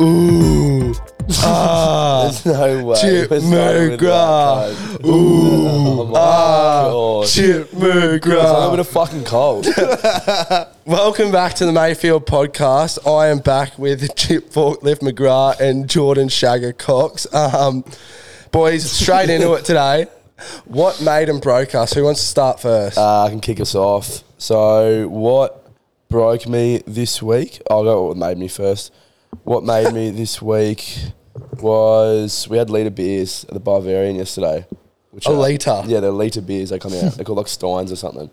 Ooh. Ah. There's no way. Chip We're starting McGrath. with that, guys. Ooh. Ah. Oh my God. Chip I'm gonna McGrath. fucking cold. Welcome back to the Mayfield podcast. I am back with Chip Forklift McGrath and Jordan Shagger Cox. Um, boys, straight into it today. What made and broke us? Who wants to start first? Uh, I can kick us off. So, what broke me this week? I'll go what made me first. What made me this week was we had liter beers at the Bavarian yesterday. Which A litre? Yeah, they're liter beers. They come out. They're called like Steins or something,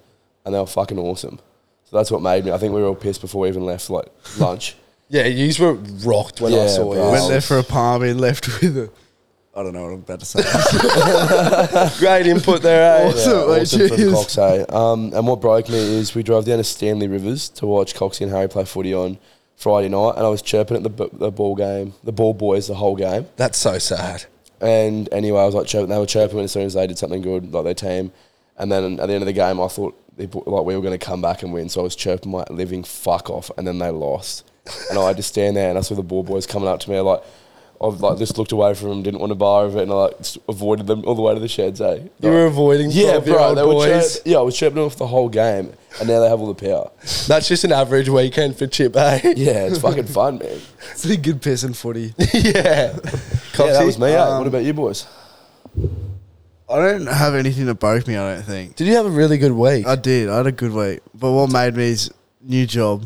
and they were fucking awesome. So that's what made me. I think we were all pissed before we even left, like lunch. yeah, you were rocked when I Yeah, saw bro. you. Went there for a palm and left with a. I don't know what I'm about to say. Great input there, eh? Awesome, mate, awesome from cheers. Cox, eh? Um, and what broke me is we drove down to Stanley Rivers to watch Coxie and Harry play footy on Friday night, and I was chirping at the, b- the ball game, the ball boys, the whole game. That's so sad. And anyway, I was like chirping. They were chirping as soon as they did something good, like their team. And then at the end of the game, I thought they, put- like we were going to come back and win. So I was chirping my living fuck off, and then they lost. and I had to stand there, and I saw the ball boys coming up to me like. I've like just looked away from them, didn't want a bar of it, and I like just avoided them all the way to the sheds. Eh, You Like- were avoiding yeah, bro. 12-year-old They were boys. chirp- yeah, I was chirping off the whole game, and now they have all the power. That's just an average weekend for Chip, eh? Yeah, it's fucking fun, man. it's a good piss and footy. yeah. Yeah, that Coxie? was me. eh? um, what about you, boys? I don't have anything that broke me. I don't think. Did you have a really good week? I did. I had a good week, but what made me is new job.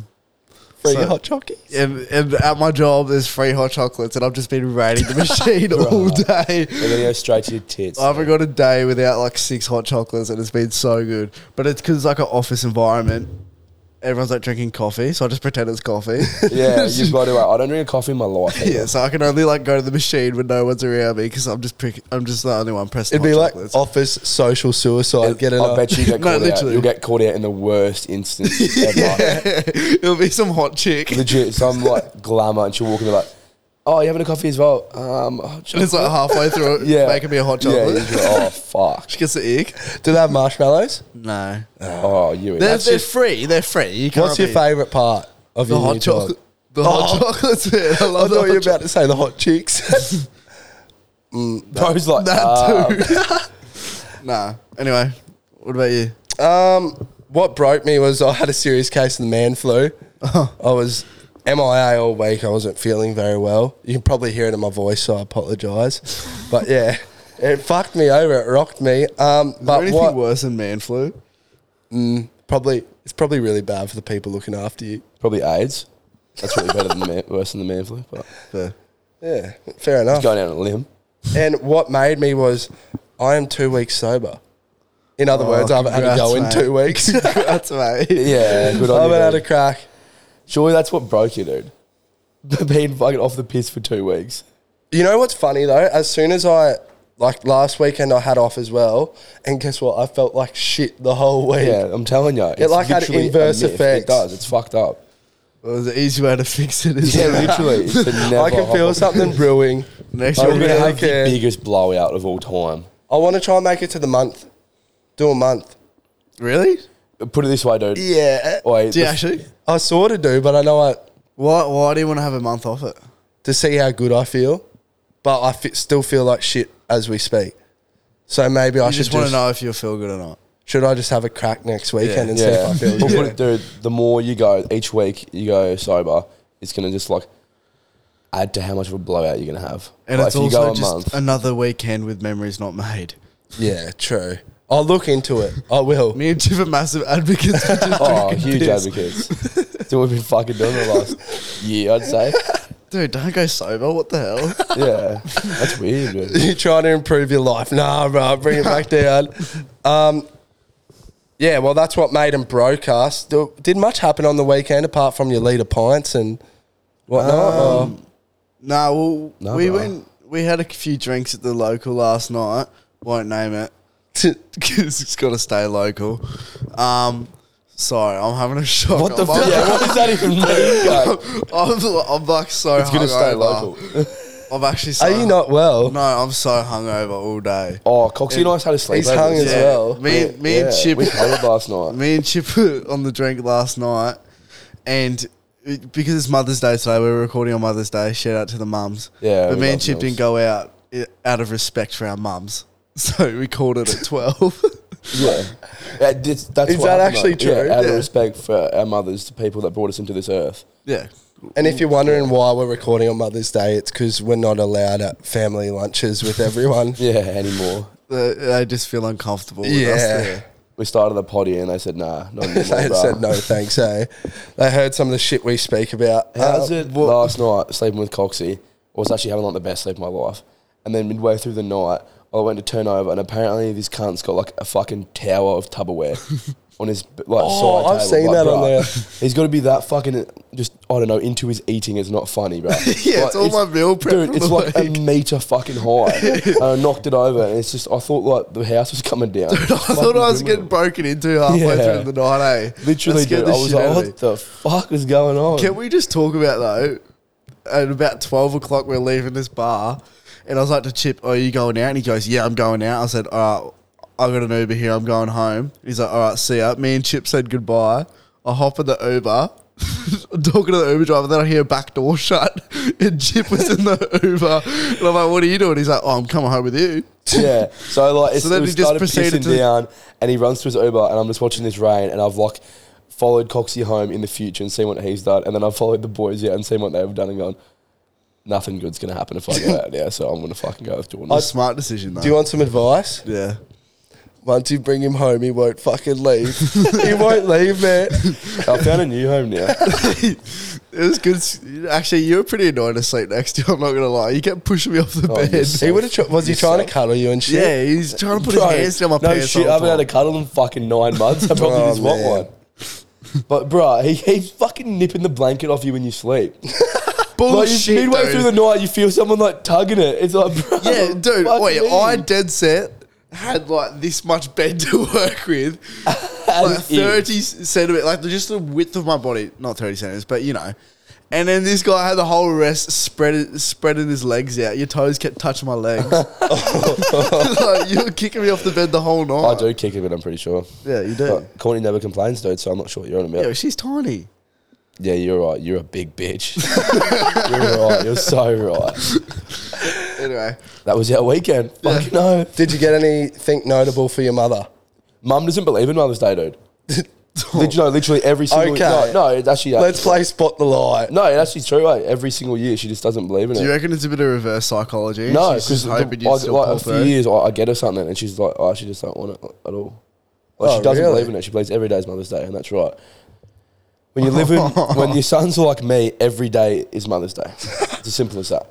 Free so- hot chockey. And, and at my job, there's free hot chocolates, and I've just been raiding the machine all day. They're gonna go straight to your tits. I haven't got a day without like six hot chocolates, and it's been so good. But it's because it's like an office environment. Everyone's like drinking coffee, so I just pretend it's coffee. yeah, you've got to. uh, I don't drink a coffee in my life. Yeah, so I can only like go to the machine when no one's around me because I'm just prick- I'm just the only one pressing. It'd be hot like chocolates. office social suicide. get it I up. bet you get No, caught out. literally. You'll get caught out in the worst instance ever. it'll be some hot chick. And Legit, some like glamour, and she'll walk in and be like, "Oh, you having a coffee as well?" Um, oh, ch- it's like halfway through, it, yeah, making me a hot Yeah, chocolate. you go, oh fuck. She gets the ick. Do they have marshmallows? No, they're, Oh, you. they're that's just- free. They're free. You can't What's your be- favourite part of The your hot new job? chocolate. The hot Oh. chocolates. Man. I I love the thought you were hot about to say the hot chicks. Bro's like That "Ah." cho- Nah. Anyway, what about you? um, what broke me was I had a serious case of the man flu. I was MIA all week. I wasn't feeling very well. You can probably hear it in my voice, so I apologise. but yeah, it fucked me over. It rocked me. Um, Is there but anything what? worse than man flu? Probably it's probably really bad for the people looking after you. Probably AIDS. That's probably better than man, worse than the man flu. But The- Yeah, fair enough. going out on a limb. And what made me was I am two weeks sober. In other Oh, words, I haven't had a go in congrats, two weeks. I That's right. Yeah, good on you. haven't had a dude. crack. Surely that's what broke you, dude. Being fucking off the piss for two weeks. You know what's funny though? As soon as I like last weekend, I had off as well, and guess what? I felt like shit the whole week. Yeah, I'm telling you. It's like had literally a inverse myth. effects. It does. It's fucked up. Well, it was an easy way to fix it. isn't Yeah, it? literally. It's the never I can feel hop- something brewing. Next I year, You're we're gonna gonna really have care. the biggest blowout of all time. I want to try and make it to the month. Do a month. Really? Put it this way, dude. Yeah, Wait, Do you the- actually? I sort of do, but I know I Why, why do you want to have a month off it? to see how good I feel, but I fe- still feel like shit as we speak. So maybe I I should just just, want to know if you feel good or not. should I just have a crack next weekend and see if yeah. I feel We'll good? put it, dude, the more you go each week, you go sober. It's gonna just like add to how much of a blowout you're gonna have. And Like, it's if you also go a just month, another weekend with memories not made. Yeah, true. I'll look into it. I will. Me and Jim are massive advocates for just Oh, drinking huge piss. advocates. That's what we've been fucking doing the last year, I'd say. Dude, don't go sober. What the hell? Yeah. That's weird, dude. You're trying to improve your life. Nah, bro, bring it back down. Um, yeah, well, that's what made him broke us. Do- Did much happen on the weekend apart from your leader pints and whatnot? or- Um, nah, well, No, we bro. went. We had a few drinks at the local last night. Won't name it because it's got to stay local. Um, sorry, I'm having a shock. What the I'm, fuck? Yeah, what does that even mean? guy? I'm, I'm like so. It's gonna stay hungover. local. I'm actually. So Are you not well? No, I'm so hungover all day. Oh, Coxie and I just had a sleepover. He's hung as yeah. well. Me, me and Yeah, Chip, We covered last night. me and Chip were on the drink last night, and it- because it's Mother's Day today, we're recording on Mother's Day. Shout out to the mums. Yeah, But we me and love Chip didn't mums. go out i- out of respect for our mums. So we called it at 12. Yeah. Yeah, that's, that's Is what that happened, actually mate. Yeah, true? out Yeah. of respect for our mothers, the people that brought us into this earth. yeah. And if you're wondering why we're recording on Mother's Day, it's because we're not allowed at family lunches with everyone. Yeah, anymore. They, they just feel uncomfortable with us yeah. there. We started the potty and they said, nah, not anymore. They had bruh." said no thanks, hey. They heard some of the shit we speak about. How's Uh, it last night sleeping with Coxie? I was actually having like the best sleep of my life. And then midway through the night, I went to turn over, and apparently this cunt's got like a fucking tower of Tupperware on his like Oh, side I've table. seen Like, that on bruh, there. He's got to be that fucking just I don't know into his eating. It's not funny, bro. Yeah, it's all my meal prep Dude, from it's the like a meter fucking high. and I knocked it over, and it's just I thought like the house was coming down. I thought I was getting broken into halfway Yeah. through the night, eh? literally. That scared Dude, I the was shit out like, of me. what the fuck is going on? Can we just talk about though? At about twelve o'clock, we're leaving this bar, and I was like to Chip, "Are you going out?" And he goes, "Yeah, I'm going out." I said, "All right, I got an Uber here. I'm going home." He's like, "All right, see ya." Me and Chip said goodbye. I hop in the Uber. I'm talking to the Uber driver, then I hear a back door shut, and Chip was in the Uber. And I'm like, "What are you doing?" He's like, "Oh, I'm coming home with you." Yeah. So like, it's, So then it he just started proceeded pissing to- down, and he runs to his Uber, and I'm just watching this rain, and I've like followed Coxie home in the future and seen what he's done, and then I've followed the boys out and seen what they've done, and gone, nothing good's gonna happen if I go out now, so I'm gonna fucking go with Jordan. A smart decision though. do you want some advice? yeah. Once you bring him home, he won't fucking leave. he won't leave, man. I found a new home now. it was good. s- Actually, you were pretty annoying to sleep next to. I'm not gonna lie. You kept pushing me off the Oh, bed. yes. He would have. Tr- was he trying to Yourself. cuddle you and shit? Yeah, he's trying to put Bro, his hands down my no pants. shit, the I whole haven't had a time. cuddle in fucking nine months. I probably Oh, just want man. one. But bro, he keeps fucking nipping the blanket off you when you sleep. Like you, Bullshit, midway dude. through the night, you feel someone like tugging it. It's like, bro, yeah, dude. fuck Wait, me. I dead set had like this much bed to work with, That like is it. thirty centimeters, like just the width of my body, not thirty centimeters, but you know. And then this guy had the whole rest spread spreading his legs out. Your toes kept touching my legs. like, you were kicking me off the bed the whole I night. do kick a bit, I'm pretty sure. Yeah, you do. But Courtney never complains, dude, so I'm not sure what you're on about. Yeah, Yeah, she's tiny. you're right. You're a big bitch. you're right. You're so right. Anyway, That was our weekend. Fucking no. Did you get anything notable for your mother? Mum doesn't believe in Mother's Day, dude. Lit- no, literally every single Okay. No, no, it's actually. uh, Let's play spot the lie. No, it's actually true. Like, every single year, she just doesn't believe in do you it. reckon it's a bit of reverse psychology? No, She's because just like, hoping you'd still like, pull a few through? years, I, I get her something, and she's like, "Oh, she just don't want it at all." Like, Oh, she doesn't really? believe in it. She believes every day is Mother's Day, and that's right. When you live in, when your sons are like me, every day is Mother's Day. It's as simple as that.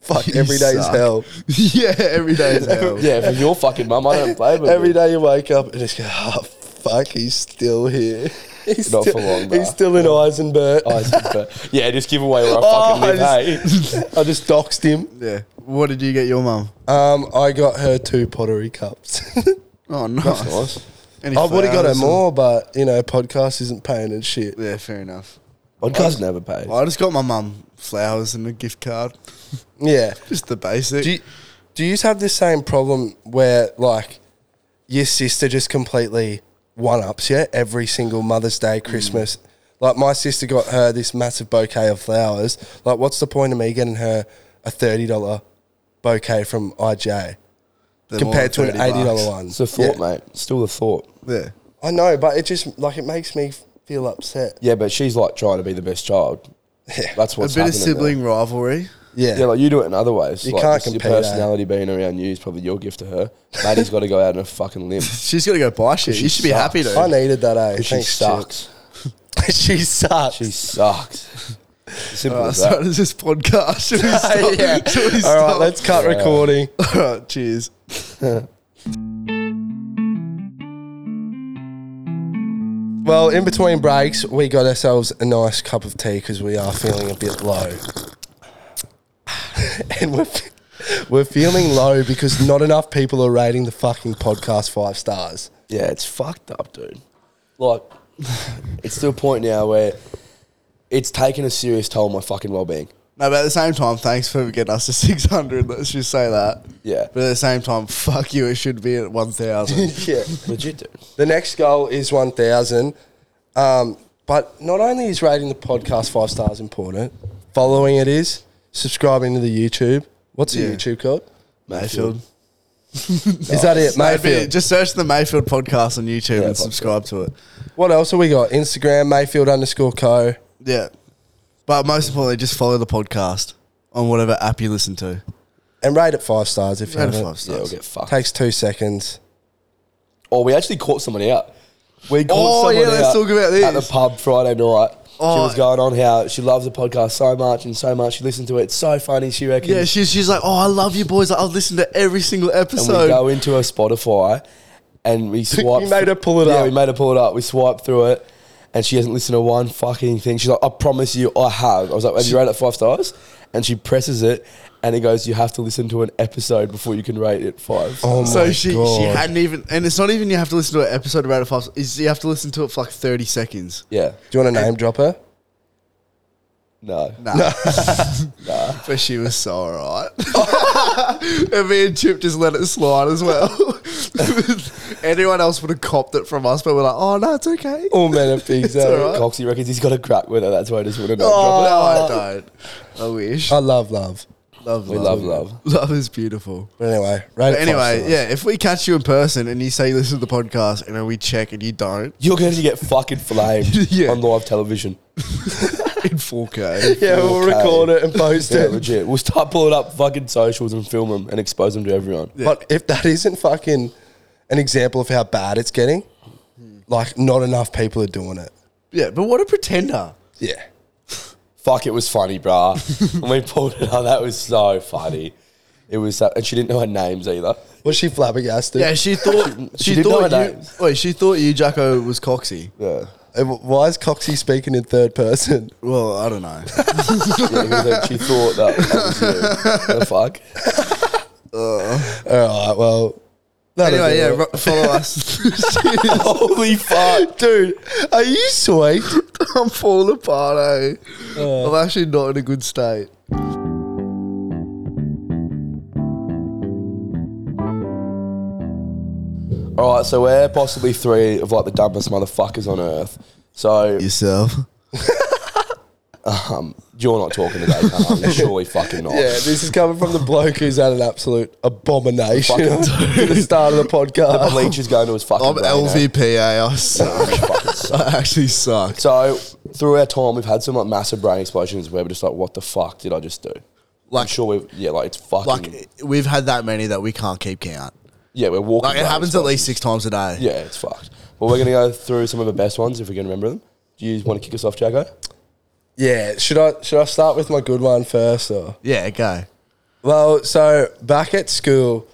Fuck, You every day is suck. hell. yeah, every day is hell. Yeah, from your fucking mum, I don't blame her. Every dude. day you wake up and just go, oh, fuck, he's still here. He's Not for still, long, bruh. He's still in Eisenberg. I said, but- yeah, just give away where I Oh, fucking live. I hey, I just doxed him. Yeah. What did you get your mum? Um, I got her two pottery cups. Oh, nice. nice. Any I would have got her flowers more, but, you know, podcast isn't paying and shit. or- Yeah, fair enough. podcast never paid. Well, I just got my mum flowers and a gift card. Yeah. Just the basic. Do you, do you have this same problem where, like, your sister just completely one ups you every single Mother's Day, Mm. Christmas? Like, my sister got her this massive bouquet of flowers. Like, what's the point of me getting her a $30 bouquet from IJ They're more compared to than an $30 $80 bucks. one? It's a thought, Yeah. mate. Still a thought. Yeah. I know, but it just, like, it makes me feel upset. Yeah, but she's like trying to be the best child. Yeah. That's what's a bit of happening there. sibling rivalry. Yeah. Yeah, like you do it in other ways. You like, can't it's compare Your that. personality being around you is probably your gift to her. Maddie's got to go out on a fucking limb. She's got to go buy shit. She You should be sucks. happy, dude. I needed that, eh? she Thanks, sucks. Chip. she sucks. She sucks. Simple Alright, as so that. does this podcast. Should we stop? yeah. Should we All right, stop? let's cut Yeah. recording. All right, cheers. Well, in between breaks, we got ourselves a nice cup of tea because we are feeling a bit low, and we're fe- we're feeling low because not enough people are rating the fucking podcast five stars. Yeah, it's fucked up, dude. Like, it's to a point now where it's taken a serious toll on my fucking well being. No, but at the same time, thanks for getting us to 600. Let's just say that. Yeah. But at the same time, fuck you. It should be at 1,000. yeah. Legit, dude. The next goal is one thousand, um, But not only is rating the podcast five stars important, following it is, subscribing to the YouTube. What's Yeah. the YouTube called? Mayfield. Is that it? Mayfield. Mayfield. Just search the Mayfield podcast on YouTube Yeah, and subscribe to it. what else have we got? Instagram, Mayfield underscore co. Yeah. But most importantly, just follow the podcast on whatever app you listen to. And rate it five stars if you Rate it have it. five Yeah, we'll stars. get fucked. Takes two seconds. Oh, we actually caught someone out. We caught Oh, yeah, let's talk about at the this. pub Friday night. She Oh. was going on how she loves the podcast so much and so much. She listened to it. It's so funny. She reckons. Yeah, she's, she's like, oh, I love you boys. I'll listen to every single and episode. we go into her Spotify and we swipe. You made her pull it yeah, up. we made her pull it up. We swipe through it, and she hasn't listened to one fucking thing. She's like, "I promise you, I have." I was like, "Have you rated it five stars?" And she presses it, and it goes, "You have to listen to an episode before you can rate it five. Oh so my she, God. she hadn't even, and it's not even you have to listen to an episode about it fast. Is you have to listen to it for like thirty seconds. Yeah, Do you want to name drop her? no. Nah, but she was so alright. and me and Chip just let it slide as well. Anyone else would have copped it from us, but we're like, oh no, it's okay. All Oh. men are pigs. eh? alright. Coxie reckons he's got a crack with her. That's why I just want to know. Oh, no, Drop I don't. I wish. I love love. love, it. We love love. Love is beautiful. But anyway, rate it But five anyway, stars. yeah, if we catch you in person and you say you listen to the podcast and then we check and you don't You're going to get fucking flamed Yeah. on live television. in 4K, Yeah, we'll Okay. record it and post Yeah, it. legit. We'll start pulling up fucking socials and film them and expose them to everyone. But if that isn't fucking an example of how bad it's getting, like not enough people are doing it. yeah, but what a pretender. Yeah. Fuck, it was funny, brah. when we pulled it up, that was so funny. It was, so, and she didn't know her names either. Was she flabbergasted? Yeah, she thought she, she did thought know her you, names. wait, she thought you Jacko was Coxie. Yeah, Uh, Why is Coxie speaking in third person? Well, I don't know. Yeah, he was like- she thought that. was you. The fuck? All right, well. that'll anyway, do yeah, it. ro- follow us. Holy fuck! Dude, are you sweet? I'm falling apart. Eh? I'm actually not in a good state. All right, so we're possibly three of like the dumbest motherfuckers on earth. So Yourself. you're not talking today, Carl. surely fucking not. Yeah, this is coming from the bloke who's had an absolute abomination Fucking to the start of the The podcast. bleach is going to his fucking. I'm brain, eh? LVPA. I suck. I actually suck. So through our time, we've had some like massive brain explosions where we're just like, "What the fuck did I just do?" I'm Like, sure we, yeah, like it's fucking, like we've had that many that we can't keep count. yeah, we're walking. Like it brain happens at least six times a day. Yeah, it's fucked. But we're gonna go through some of the best ones if we can remember them. Do you want to kick us off, Jago? Yeah, should I should I start with my good one first or? Yeah, go. Well, so back at school,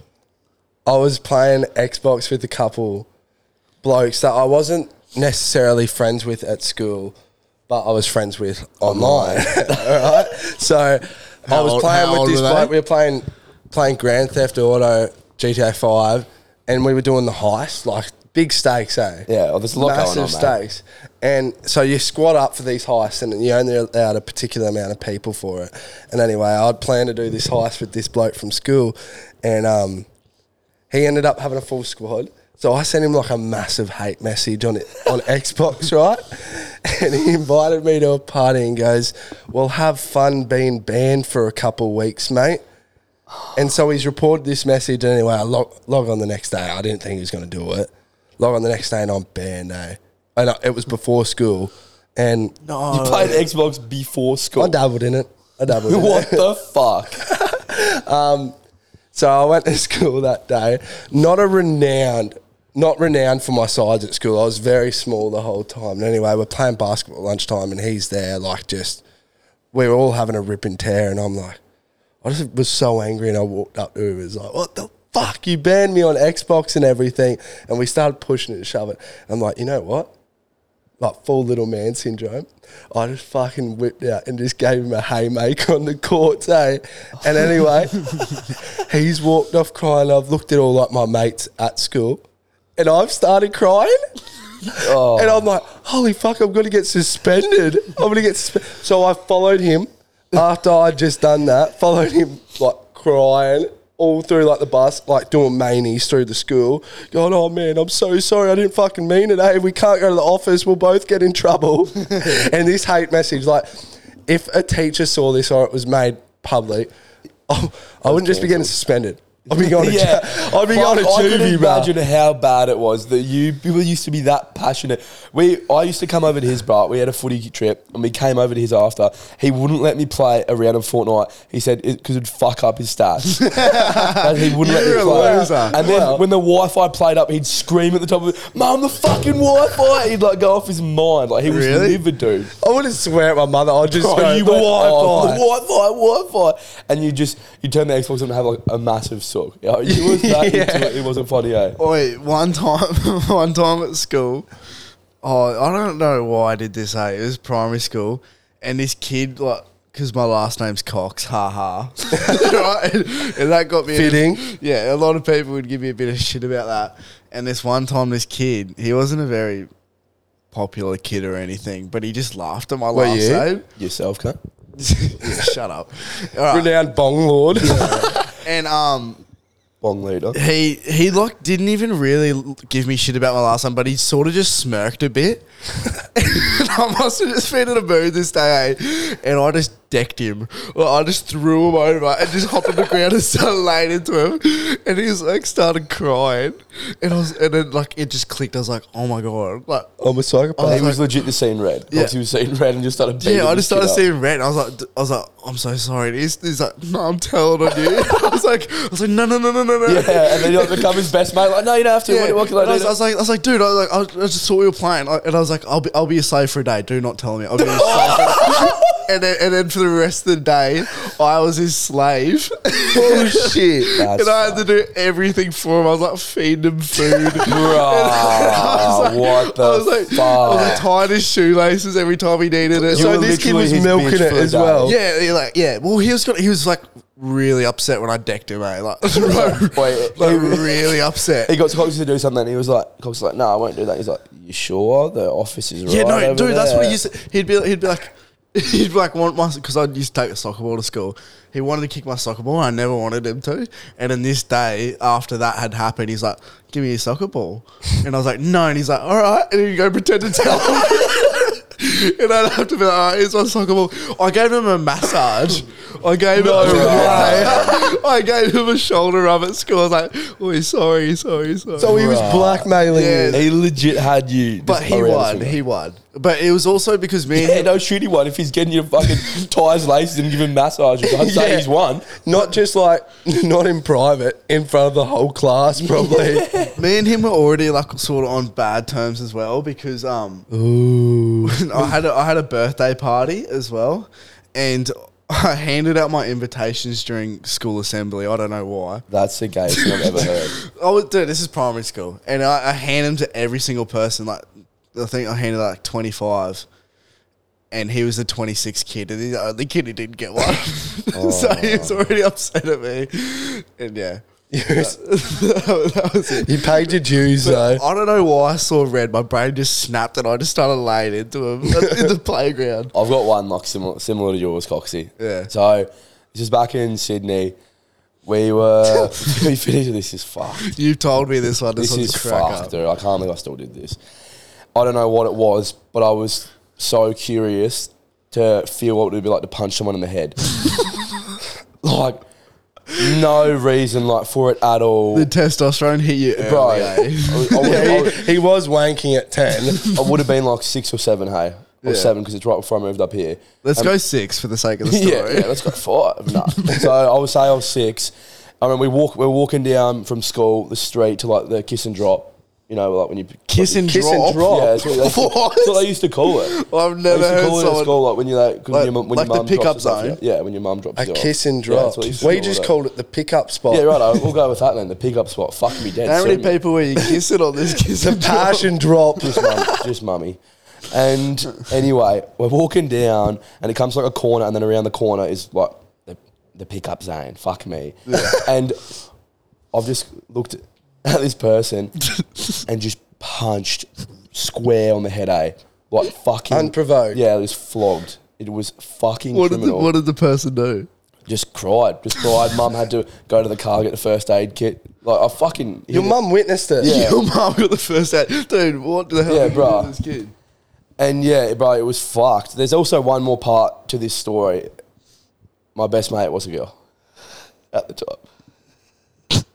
I was playing Xbox with a couple blokes that I wasn't necessarily friends with at school, but I was friends with online. All right. So I How was old- playing how with old this were bloke. they? We were playing playing Grand Theft Auto GTA Five, and we were doing the heist, like big stakes, eh? Yeah, well, there's a lot going massive on, mate. stakes. And so you squat up for these heists, and you only allowed a particular amount of people for it. And anyway, I'd planned to do this heist with this bloke from school, and um, he ended up having a full squad. So I sent him like a massive hate message on it on Xbox, right? And he invited me to a party and goes, "Well, have fun being banned for a couple weeks, mate." And so he's reported this message and anyway. I log, log on the next day. I didn't think he was going to do it. Log on the next day and I'm banned. Eh? And I, it was before school, and No, You played Xbox before I school. dabbled in it. I dabbled. in it. What the fuck? So I went to school that day. Not a renowned, not renowned for my size at school. I was very small the whole time. And anyway, we're playing basketball at lunchtime, and he's there, like just we were all having a rip and tear, and I'm like, I just was so angry, and I walked up to him. and was like, what the fuck? You banned me on Xbox and everything, and we started pushing it and shoving. I'm like, you know what? Like full little man syndrome. I just fucking whipped out and just gave him a haymaker on the court, eh? And anyway, he's walked off crying. I've looked at all like my mates at school, and I've started crying. Oh. And I'm like, holy fuck, I'm gonna get suspended. I'm gonna get suspe-" so I followed him after I'd just done that. Followed him like crying all through like the bus, like doing manies through the school, going, "Oh man, I'm so sorry, I didn't fucking mean it. Hey, we can't go to the office. We'll both get in trouble." and this hate message, like, if a teacher saw this or it was made public, I, I wouldn't just be getting suspended. I'd be going to Yeah, ju- I'd be going to Fuck, I couldn't juvie, bro. imagine how bad it was that you people used to be that passionate. We I used to come over to his bar. We had a footy trip, and we came over to his after. He wouldn't let me play a round of Fortnite. He said because it'd fuck up his stats. And he wouldn't let You're me a play. loser. And then when the Wi-Fi played up, he'd scream at the top of it, "Mum, the fucking Wi-Fi!" He'd like go off his mind. Like he was Really? livid, dude. I wouldn't swear at my mother. I'd just Oh, go, you "The went off, Wi-Fi." Oh, the Wi-Fi, Wi-Fi, and you just you turn the Xbox on and have like a massive sock. Yeah, it was that Yeah. into it. It wasn't funny, eh? Oi, one time, one time at school, oh, I don't know why I did this. Hey, it was primary school, and this kid like. Because my last name's Cox, ha ha. right? And, and that got me. Fitting. yeah, a lot of people would give me a bit of shit about that. And this one time, this kid, he wasn't a very popular kid or anything, but he just laughed at my Were last you? name. Yourself, cunt. Shut up. All right. Renowned bong lord. And um, Bong leader. he he like didn't even really l- give me shit about my last one, but he sort of just smirked a bit. and I must have just been in a mood this day, eh? and I just decked him. Like, I just threw him over and just hopped on the ground and started laying into him, and he was like started crying, and I was and then like it just clicked. I was like, oh my god, like. I'm a Oh, psychopath. He was legit the scene red. Yeah. Yeah. He was seen red and just started beating Yeah, I this just started kid up. seeing red. And I was like, d- I was like, I'm so sorry. And he's, he's like, no, I'm telling on you. I was like, I was like, no, no, no, no, no, no. Yeah, and then he like become his best mate. Like, no, you don't have to. Yeah. What, what can And I, I do? was, I was like, I was like, dude, I was like, I, I just saw we were playing, I, and I was like, I'll be, I'll be a slave for a day. Do not tell me. I'll be a slave. For and then, and then for the rest of the day, I was his slave. Bullshit. That's and I had to do everything for him. I was like feeding him food. Bruh, what the I was like, fuck? I was like tying his shoelaces every time he needed You it. So were this kid literally was his milking bitch it for a as day. well. yeah, he like yeah. Well, he was got, he was like really upset when I decked him, eh? Like, like, Wait, he- really upset. He got Cox to do something. and He was like, Cox was like, no, I won't do that. He's like, you sure? The office is Yeah, right. no, over dude, that's what he there." used. To, he'd be, he'd be like, he'd be like, want my because I used to take a soccer ball to school. He wanted to kick my soccer ball. I never wanted him to. And then this day after that had happened, he's like, "Give me your soccer ball," and I was like, "No," and he's like, "All right," and he'd go pretend to tell him. And I'd have to be like, all right, it's my soccer ball. I gave him a massage. I gave him way. I gave him a shoulder rub at school. I was like, oh, sorry, sorry, sorry. So he was blackmailing Yeah, you. He legit had you. But just he around his won. finger. He won. But it was also because me and Yeah, him, no shooty one. If he's getting your fucking ties laces and giving massages, I'd say Yeah. he's won. Not just like, not in private, in front of the whole class, probably. me and him were already like sort of on bad terms as well because um I had a, I had a birthday party as well, and I handed out my invitations during school assembly. I don't know why. That's the gayest thing I've ever heard. I was dude, this is primary school, and I, I hand them to every single person. Like I think I handed out like twenty five. And he was the 26th kid, and he's the only kid who didn't get one. so he was already upset at me. And yeah, that was it. you paid your dues, though. I don't know why I saw red. My brain just snapped, and I just started laying into him in the playground. I've got one like similar, similar to yours, Coxie. Yeah. So this is back in Sydney. We were we finished. This is fucked. You told me this one. This, This one's is crack fucked, up. dude. I can't believe I still did this. I don't know what it was, but I was so curious to feel what it would be like to punch someone in the head. like no reason like for it at all. The testosterone hit you, early, Bro, I, eh? was- I was- I Yeah, was- he, he was wanking at 10. I would have been like six or seven, hey, or Yeah. seven because it's right before I moved up here. Let's Um, go six for the sake of the story. Yeah, yeah, let's go five. Nah. so I would say I was six. I mean, we walk, we're walking down from school, the street to like the kiss and drop. You know, like when you Kiss and Kiss and drop. drop. Yeah, that's what, that's what- What? that's what they used to call it. I've They never used to heard call it someone. at school, like when you like, when Like- your mum- when like your the mum drops pickup us off, zone? Yeah, when your mum drops A you off. kiss and Yeah, drop. that's what they used to we call just it. called it the pickup spot. Yeah, right. We'll go with that then. The pickup spot. Fuck me dead. How many soon, mate. people were you kissing on this kiss The and drop? passion drop. just mum, just mummy. And anyway, we're walking down, and it comes like a corner, and then around the corner is like the, the pickup zone. Fuck me. And I've just looked at this person and just punched square on the head, eh? Like fucking Unprovoked. Yeah, it was flogged. It was fucking What did, the, criminal. what did the person do? just cried, just cried. Mum had to go to the car get the first aid kit. Like I fucking Your mum witnessed it. Yeah. Your mum got the first ad. Dude, what the hell Yeah, did you do to bruh. this kid? And yeah, bro, it was fucked. There's also one more part to this story. My best mate was a girl at the time.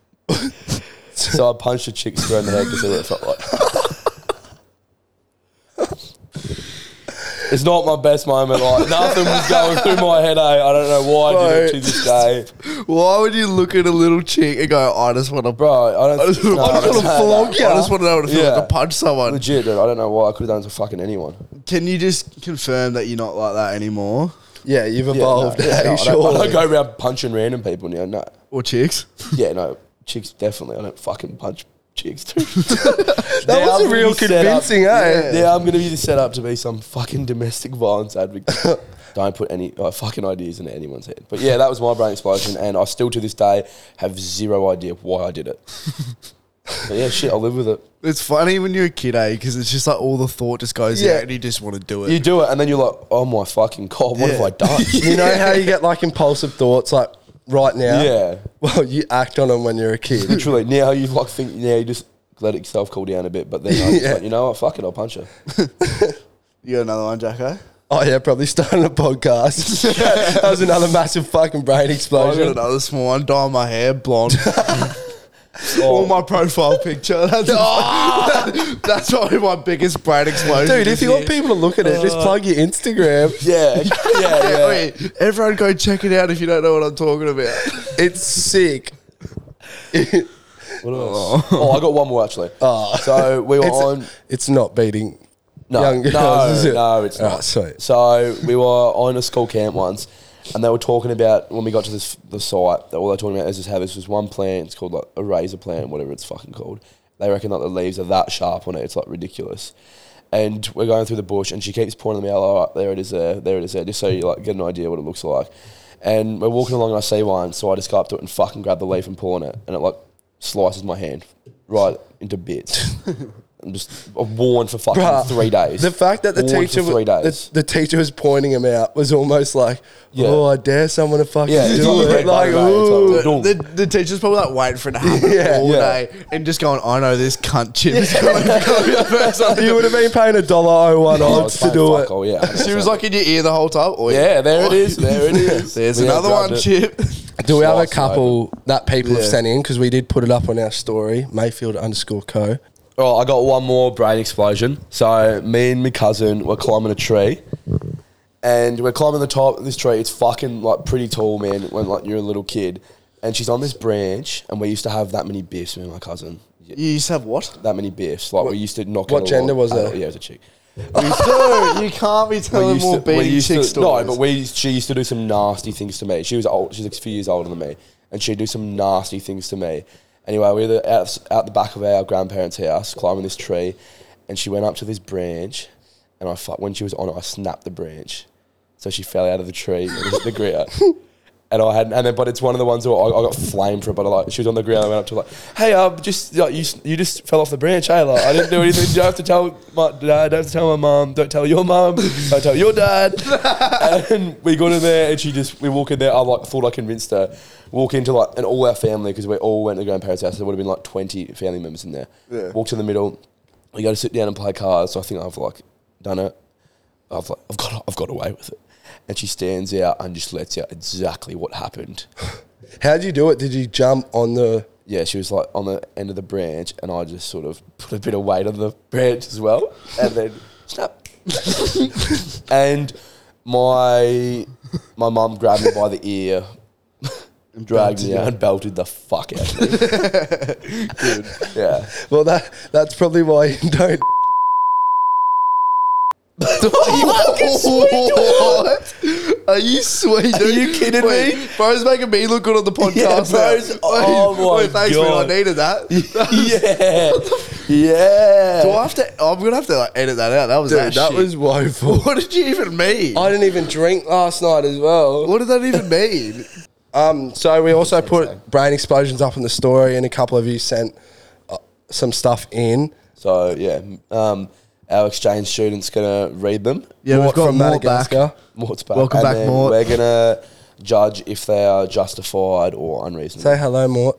so I punched a chick square in the head because that's what it felt like. it's not my best moment. Like nothing was going through my head. eh? I don't know why I did it to Right. this day, Why would you look at a little chick and go, I just want to bro. I don't. I just no, I want to don't know flog that. you. I just want to know what it feels Yeah. like to punch someone. Legit, dude. I don't know why I could have done it to fucking anyone. Can you just confirm that you're not like that anymore? Yeah, you've Yeah, no, evolved. yeah, eh, no, I don't- I surely. don't go around punching random people now. No. Or chicks? Yeah, no, chicks definitely. I don't fucking punch chicks, dude. That was a real convincing, eh? Yeah. I'm going to be set up to be some fucking domestic violence advocate. don't put any uh, fucking ideas into anyone's head. But yeah, that was my brain explosion, and I still to this day have zero idea why I did it. but yeah, shit, I live with it. It's funny when you're a kid, eh? Because it's just like all the thought just goes Yeah. out and you just want to do it. You do it, and then you're like, oh my fucking god, what have I done? You know how you get like impulsive thoughts like right now? yeah. Well, you act on them when you're a kid. Literally, now you like think, now you just let yourself cool down a bit, but then I just Yeah. like, you know what, fuck it, I'll punch her. You got another one, Jacko? oh, yeah, probably starting a podcast. that was another massive fucking brain I got explosion. another small one. Dye my hair blonde. Oh, All my profile picture. That's, that's probably my biggest brain explosion. Dude, if this you want year. people to look at it, just Uh, plug your Instagram. Yeah, yeah, Yeah, yeah. wait, everyone go check it out if you don't know what I'm talking about. It's sick. What else? Oh, I got one more actually. So we were Oh. It's, on. it's not beating No, young girls, no, is it? no, it's All not. right, sweet. So we were on a school camp once, and they were talking about when we got to this the site. That all they're talking about is just how this was one plant. It's called like a razor plant, whatever it's fucking called. They reckon like the leaves are that sharp on it. It's like ridiculous. And we're going through the bush, and she keeps pointing them out. All right, there it is, there, there it is, there. Just so you like get an idea what it looks like. And we're walking along, and I see one, so I just go up to it and fucking grab the leaf and pull on it, and it like slices my hand right into bits. I'm just I'm worn for fucking Bruh, three days. The fact that the Worn teacher for three w- days. the, the teacher was pointing him out was almost like, Yeah. oh, I dare someone to fucking Yeah, it's all do it. red Like, button, mate. It's like, ooh. Ooh. The, the, the teacher's probably like waiting for it to happen Yeah. all Yeah. day and just going, I know this cunt chip is going the first time. You would have been paying a dollar oh one Oh, odds it's to like, do fuck it. all, yeah. She was like in your ear the whole time. Oh, yeah, there it is, there it is. There's We another grabbed one, it. chip. Do we have a Slice it couple that people have Yeah. sent in? Because we did put it up on our story, Mayfield underscore co. Oh, I got one more brain explosion. So me and my cousin were climbing a tree, and we're climbing the top of this tree. It's fucking like pretty tall, man. When like you're a little kid, and she's on this branch, and we used to have that many biffs, me and my cousin. Yeah, You used to have what? That many biffs. Like we used to knock. what it gender along. was I don't- it? Uh, Yeah, it was a chick. Dude, you can't be telling more beating used chick to, stories. No, but we she used to do some nasty things to me. She was old. She's like a few years older than me, and she'd do some nasty things to me. Anyway, we were out, out the back of our grandparents' house, climbing this tree, and she went up to this branch, and I fu- when she was on it, I snapped the branch, so she fell out of the tree and hit the ground. And I had, and then, but it's one of the ones where I, I got flamed for it. But I, like, she was on the ground. I went up to her, like, "Hey, um, just like, you, s- you just fell off the branch, hey, like, I didn't do anything. You don't have to tell my dad. Don't have to tell my mum. Don't tell your mum. Don't tell your dad." and we got in there, and she just, we walk in there. I like thought I convinced her. Walk into like, and all our family because we all went to grandparents' house. There would have been like twenty family members in there. Yeah. Walked in the middle. We go to sit down and play cards. So I think I've like done it. I've like, I've got I've got away with it. And she stands out and just lets out exactly what happened. How'd you do it? Did you jump on the. Yeah, she was like on the end of the branch, and I just sort of put a bit of weight on the branch as well, and then snap. and my my mum grabbed me by the ear, dragged me out, and belted the fuck out of me. Yeah. Well, that that's probably why you don't. What? Are you sweet? Are you kidding me? Bro's making me look good on the podcast. Yeah, now. bro's- oh my thanks, God. man. I needed that. yeah. Yeah. Do I have to? I'm gonna have to like edit that out. That was Dude, that, that, shit. was woeful. What did you even mean? I didn't even drink last night as well. what did that even mean? Um, so we also put brain explosions up in the story, and a couple of you sent uh, some stuff in. So yeah, um, our exchange student's gonna read them. Yeah, we've Mort got from Mort back. Madagascar. Mort's back. Welcome And back, then Mort. We're gonna judge if they are justified or unreasonable. Say hello, Mort.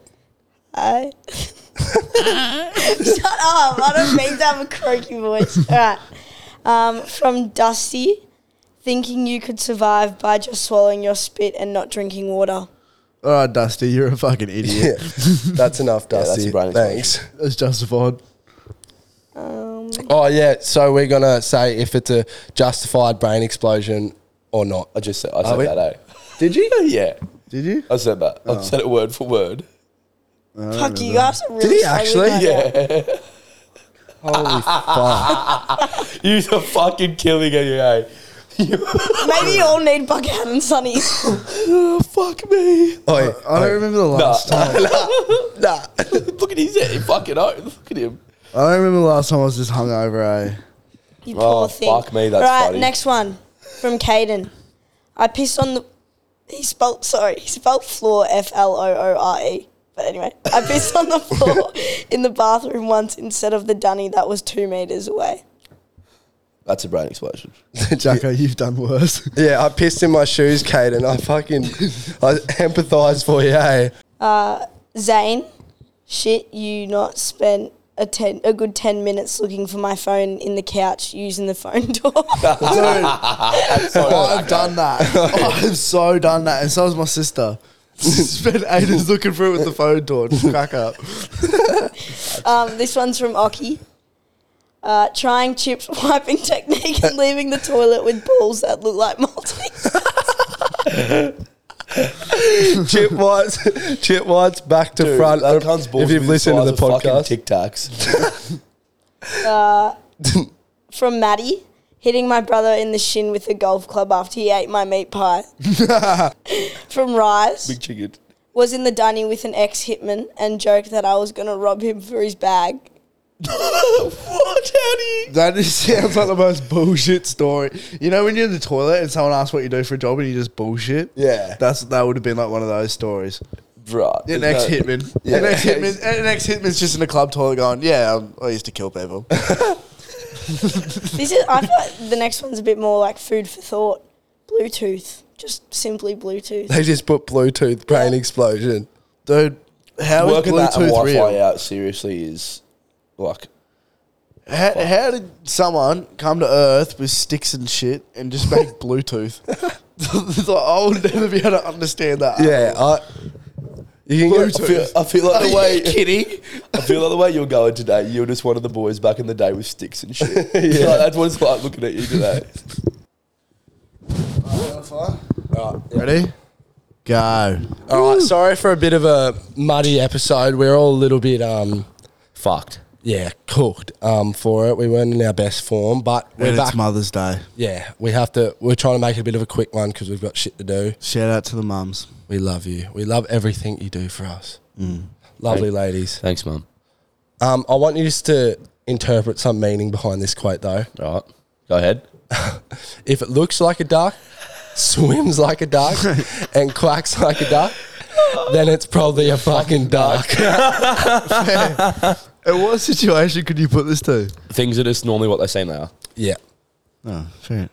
Hi. Shut up. I don't mean to have a croaky voice. All right. Um, from Dusty, thinking you could survive by just swallowing your spit and not drinking water. All right, Dusty, you're a fucking Yeah, idiot. that's enough, that's Dusty. a brain Thanks. That's justified. Um, Oh yeah, so we're gonna say if it's a justified brain explosion or not. I just said, I Are said we- that, eh? Did you? Oh. Yeah, Did you? I said that. I said it word for word. fuck you guys are really he struggling actually? right now. Yeah. Holy fuck! You're fucking killing it, you, eh? Maybe you all need Buckhead and Sunny. Oh, fuck me. Oi, I don't remember the Nah, last nah, time. nah. Look at his head. He fucking own. Look at him. I don't remember the last time I was just hungover, eh? You Oh, poor thing. fuck me, that's right, funny. next one from Caden. I pissed on the. He spelt sorry. He spelt floor F L O O R E. But anyway, I pissed on the floor in the bathroom once instead of the dunny that was two meters away. That's a brain explosion. Jacko, you've done worse. Yeah, I pissed in my shoes, Caden. I fucking, I empathise for you. eh? Hey, Uh, Zane, shit, you not spent a ten a good ten minutes looking for my phone in the couch using the phone door. I've done that. I've so done that, and so has my sister. Spent ages looking for it with the phone torch. Crack up. Um, this one's from Oki. Uh, trying chips wiping technique and leaving the toilet with balls that look like Maltese. Chip White's, Chip White's back to Dude, front. that cunt's balls if you've were the listened to size the of fucking podcast, Tic Tacs. Uh, From Maddie, hitting my brother in the shin with a golf club after he ate my meat pie. from Rise, Big chicken. was in the dining with an ex hitman and joked that I was going to rob him for his bag. what, Daddy? That is, sounds like the most bullshit story. You know when you're in the toilet and someone asks what you do for a job and you just bullshit. Yeah. that's that would have been like one of those stories. Bruh. An ex no. hitman. An ex hitman. An ex hitman's just in a club toilet going, "Yeah, um, I used to kill people." This is, I feel like the next one's a bit more like food for thought. Bluetooth, just simply Bluetooth. they just put Bluetooth brain explosion. Dude, how is Working that and Bluetooth Wi real? Fi out seriously is like. How, how did someone come to Earth with sticks and shit and just make Bluetooth? It's like, I would never be able to understand that. Yeah, I. You can I Bluetooth. feel, I feel Are like the you way kidding? I feel like the way you're going today, you're just one of the boys back in the day with sticks and shit. Like, that's what it's like looking at you today. Ready? Go. All right, sorry for a bit of a muddy episode. We're all a little bit um Fucked. yeah, cooked um for it. We weren't in our best form, but we're And back. it's Mother's Day. yeah, we have to we're trying to make it a bit of a quick one cuz we've got shit to do. Shout out to the mums. We love you. We love everything you do for us. Mm. Lovely ladies. Thanks, mum. Um I want you just to interpret some meaning behind this quote though. All right. Go ahead. If it looks like a duck, swims like a duck and quacks like a duck, then it's probably a fucking duck. In what situation could you put this to? Things are just normally what they seem they are. yeah. Oh, fair.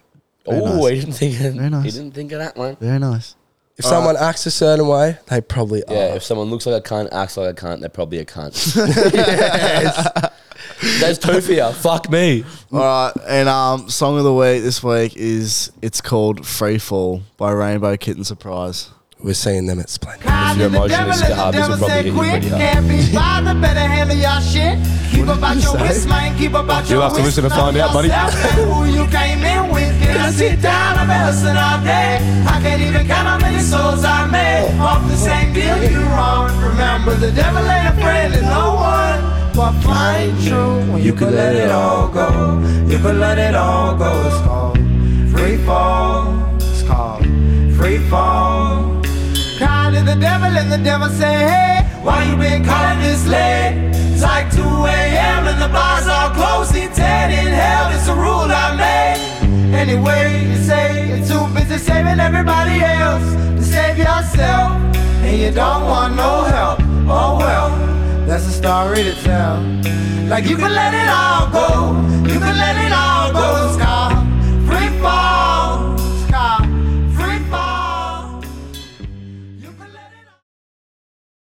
Very Oh, nice. he didn't think of, Very nice. he didn't think of that one. Very nice. If someone acts a certain way, they probably are. Uh, Yeah, if someone looks like a cunt, acts like a cunt, they're probably a cunt. There's two for you. Fuck me. Mm. All right, and um, song of the week this week is it's called "Free Fall" by Rainbow Kitten Surprise. We're seeing them at Splendid. If your emotion is garbage, it'll probably hit you pretty hard. Can't be bothered, better handle your shit. Keep up out your wits, man. Keep up out your have to wits, listen to know find out, buddy. yourself and who you came in with. Can I sit down? I've been listening all day. I can't even count how many souls I made. Off the same deal you wrong. Remember, the devil ain't a friend to no one. But find true, you could let it all go. You could let it all go. It's called free fall. It's called free fall. Crying to the devil and the devil say, hey, why you been calling this late? It's like 2 a.m. and the bars are closed. He dead in hell, it's a rule I made. Anyway, you say you're too busy saving everybody else to save yourself. And you don't want no help. Oh well, that's a story to tell. Like you can let it all go, you can let it all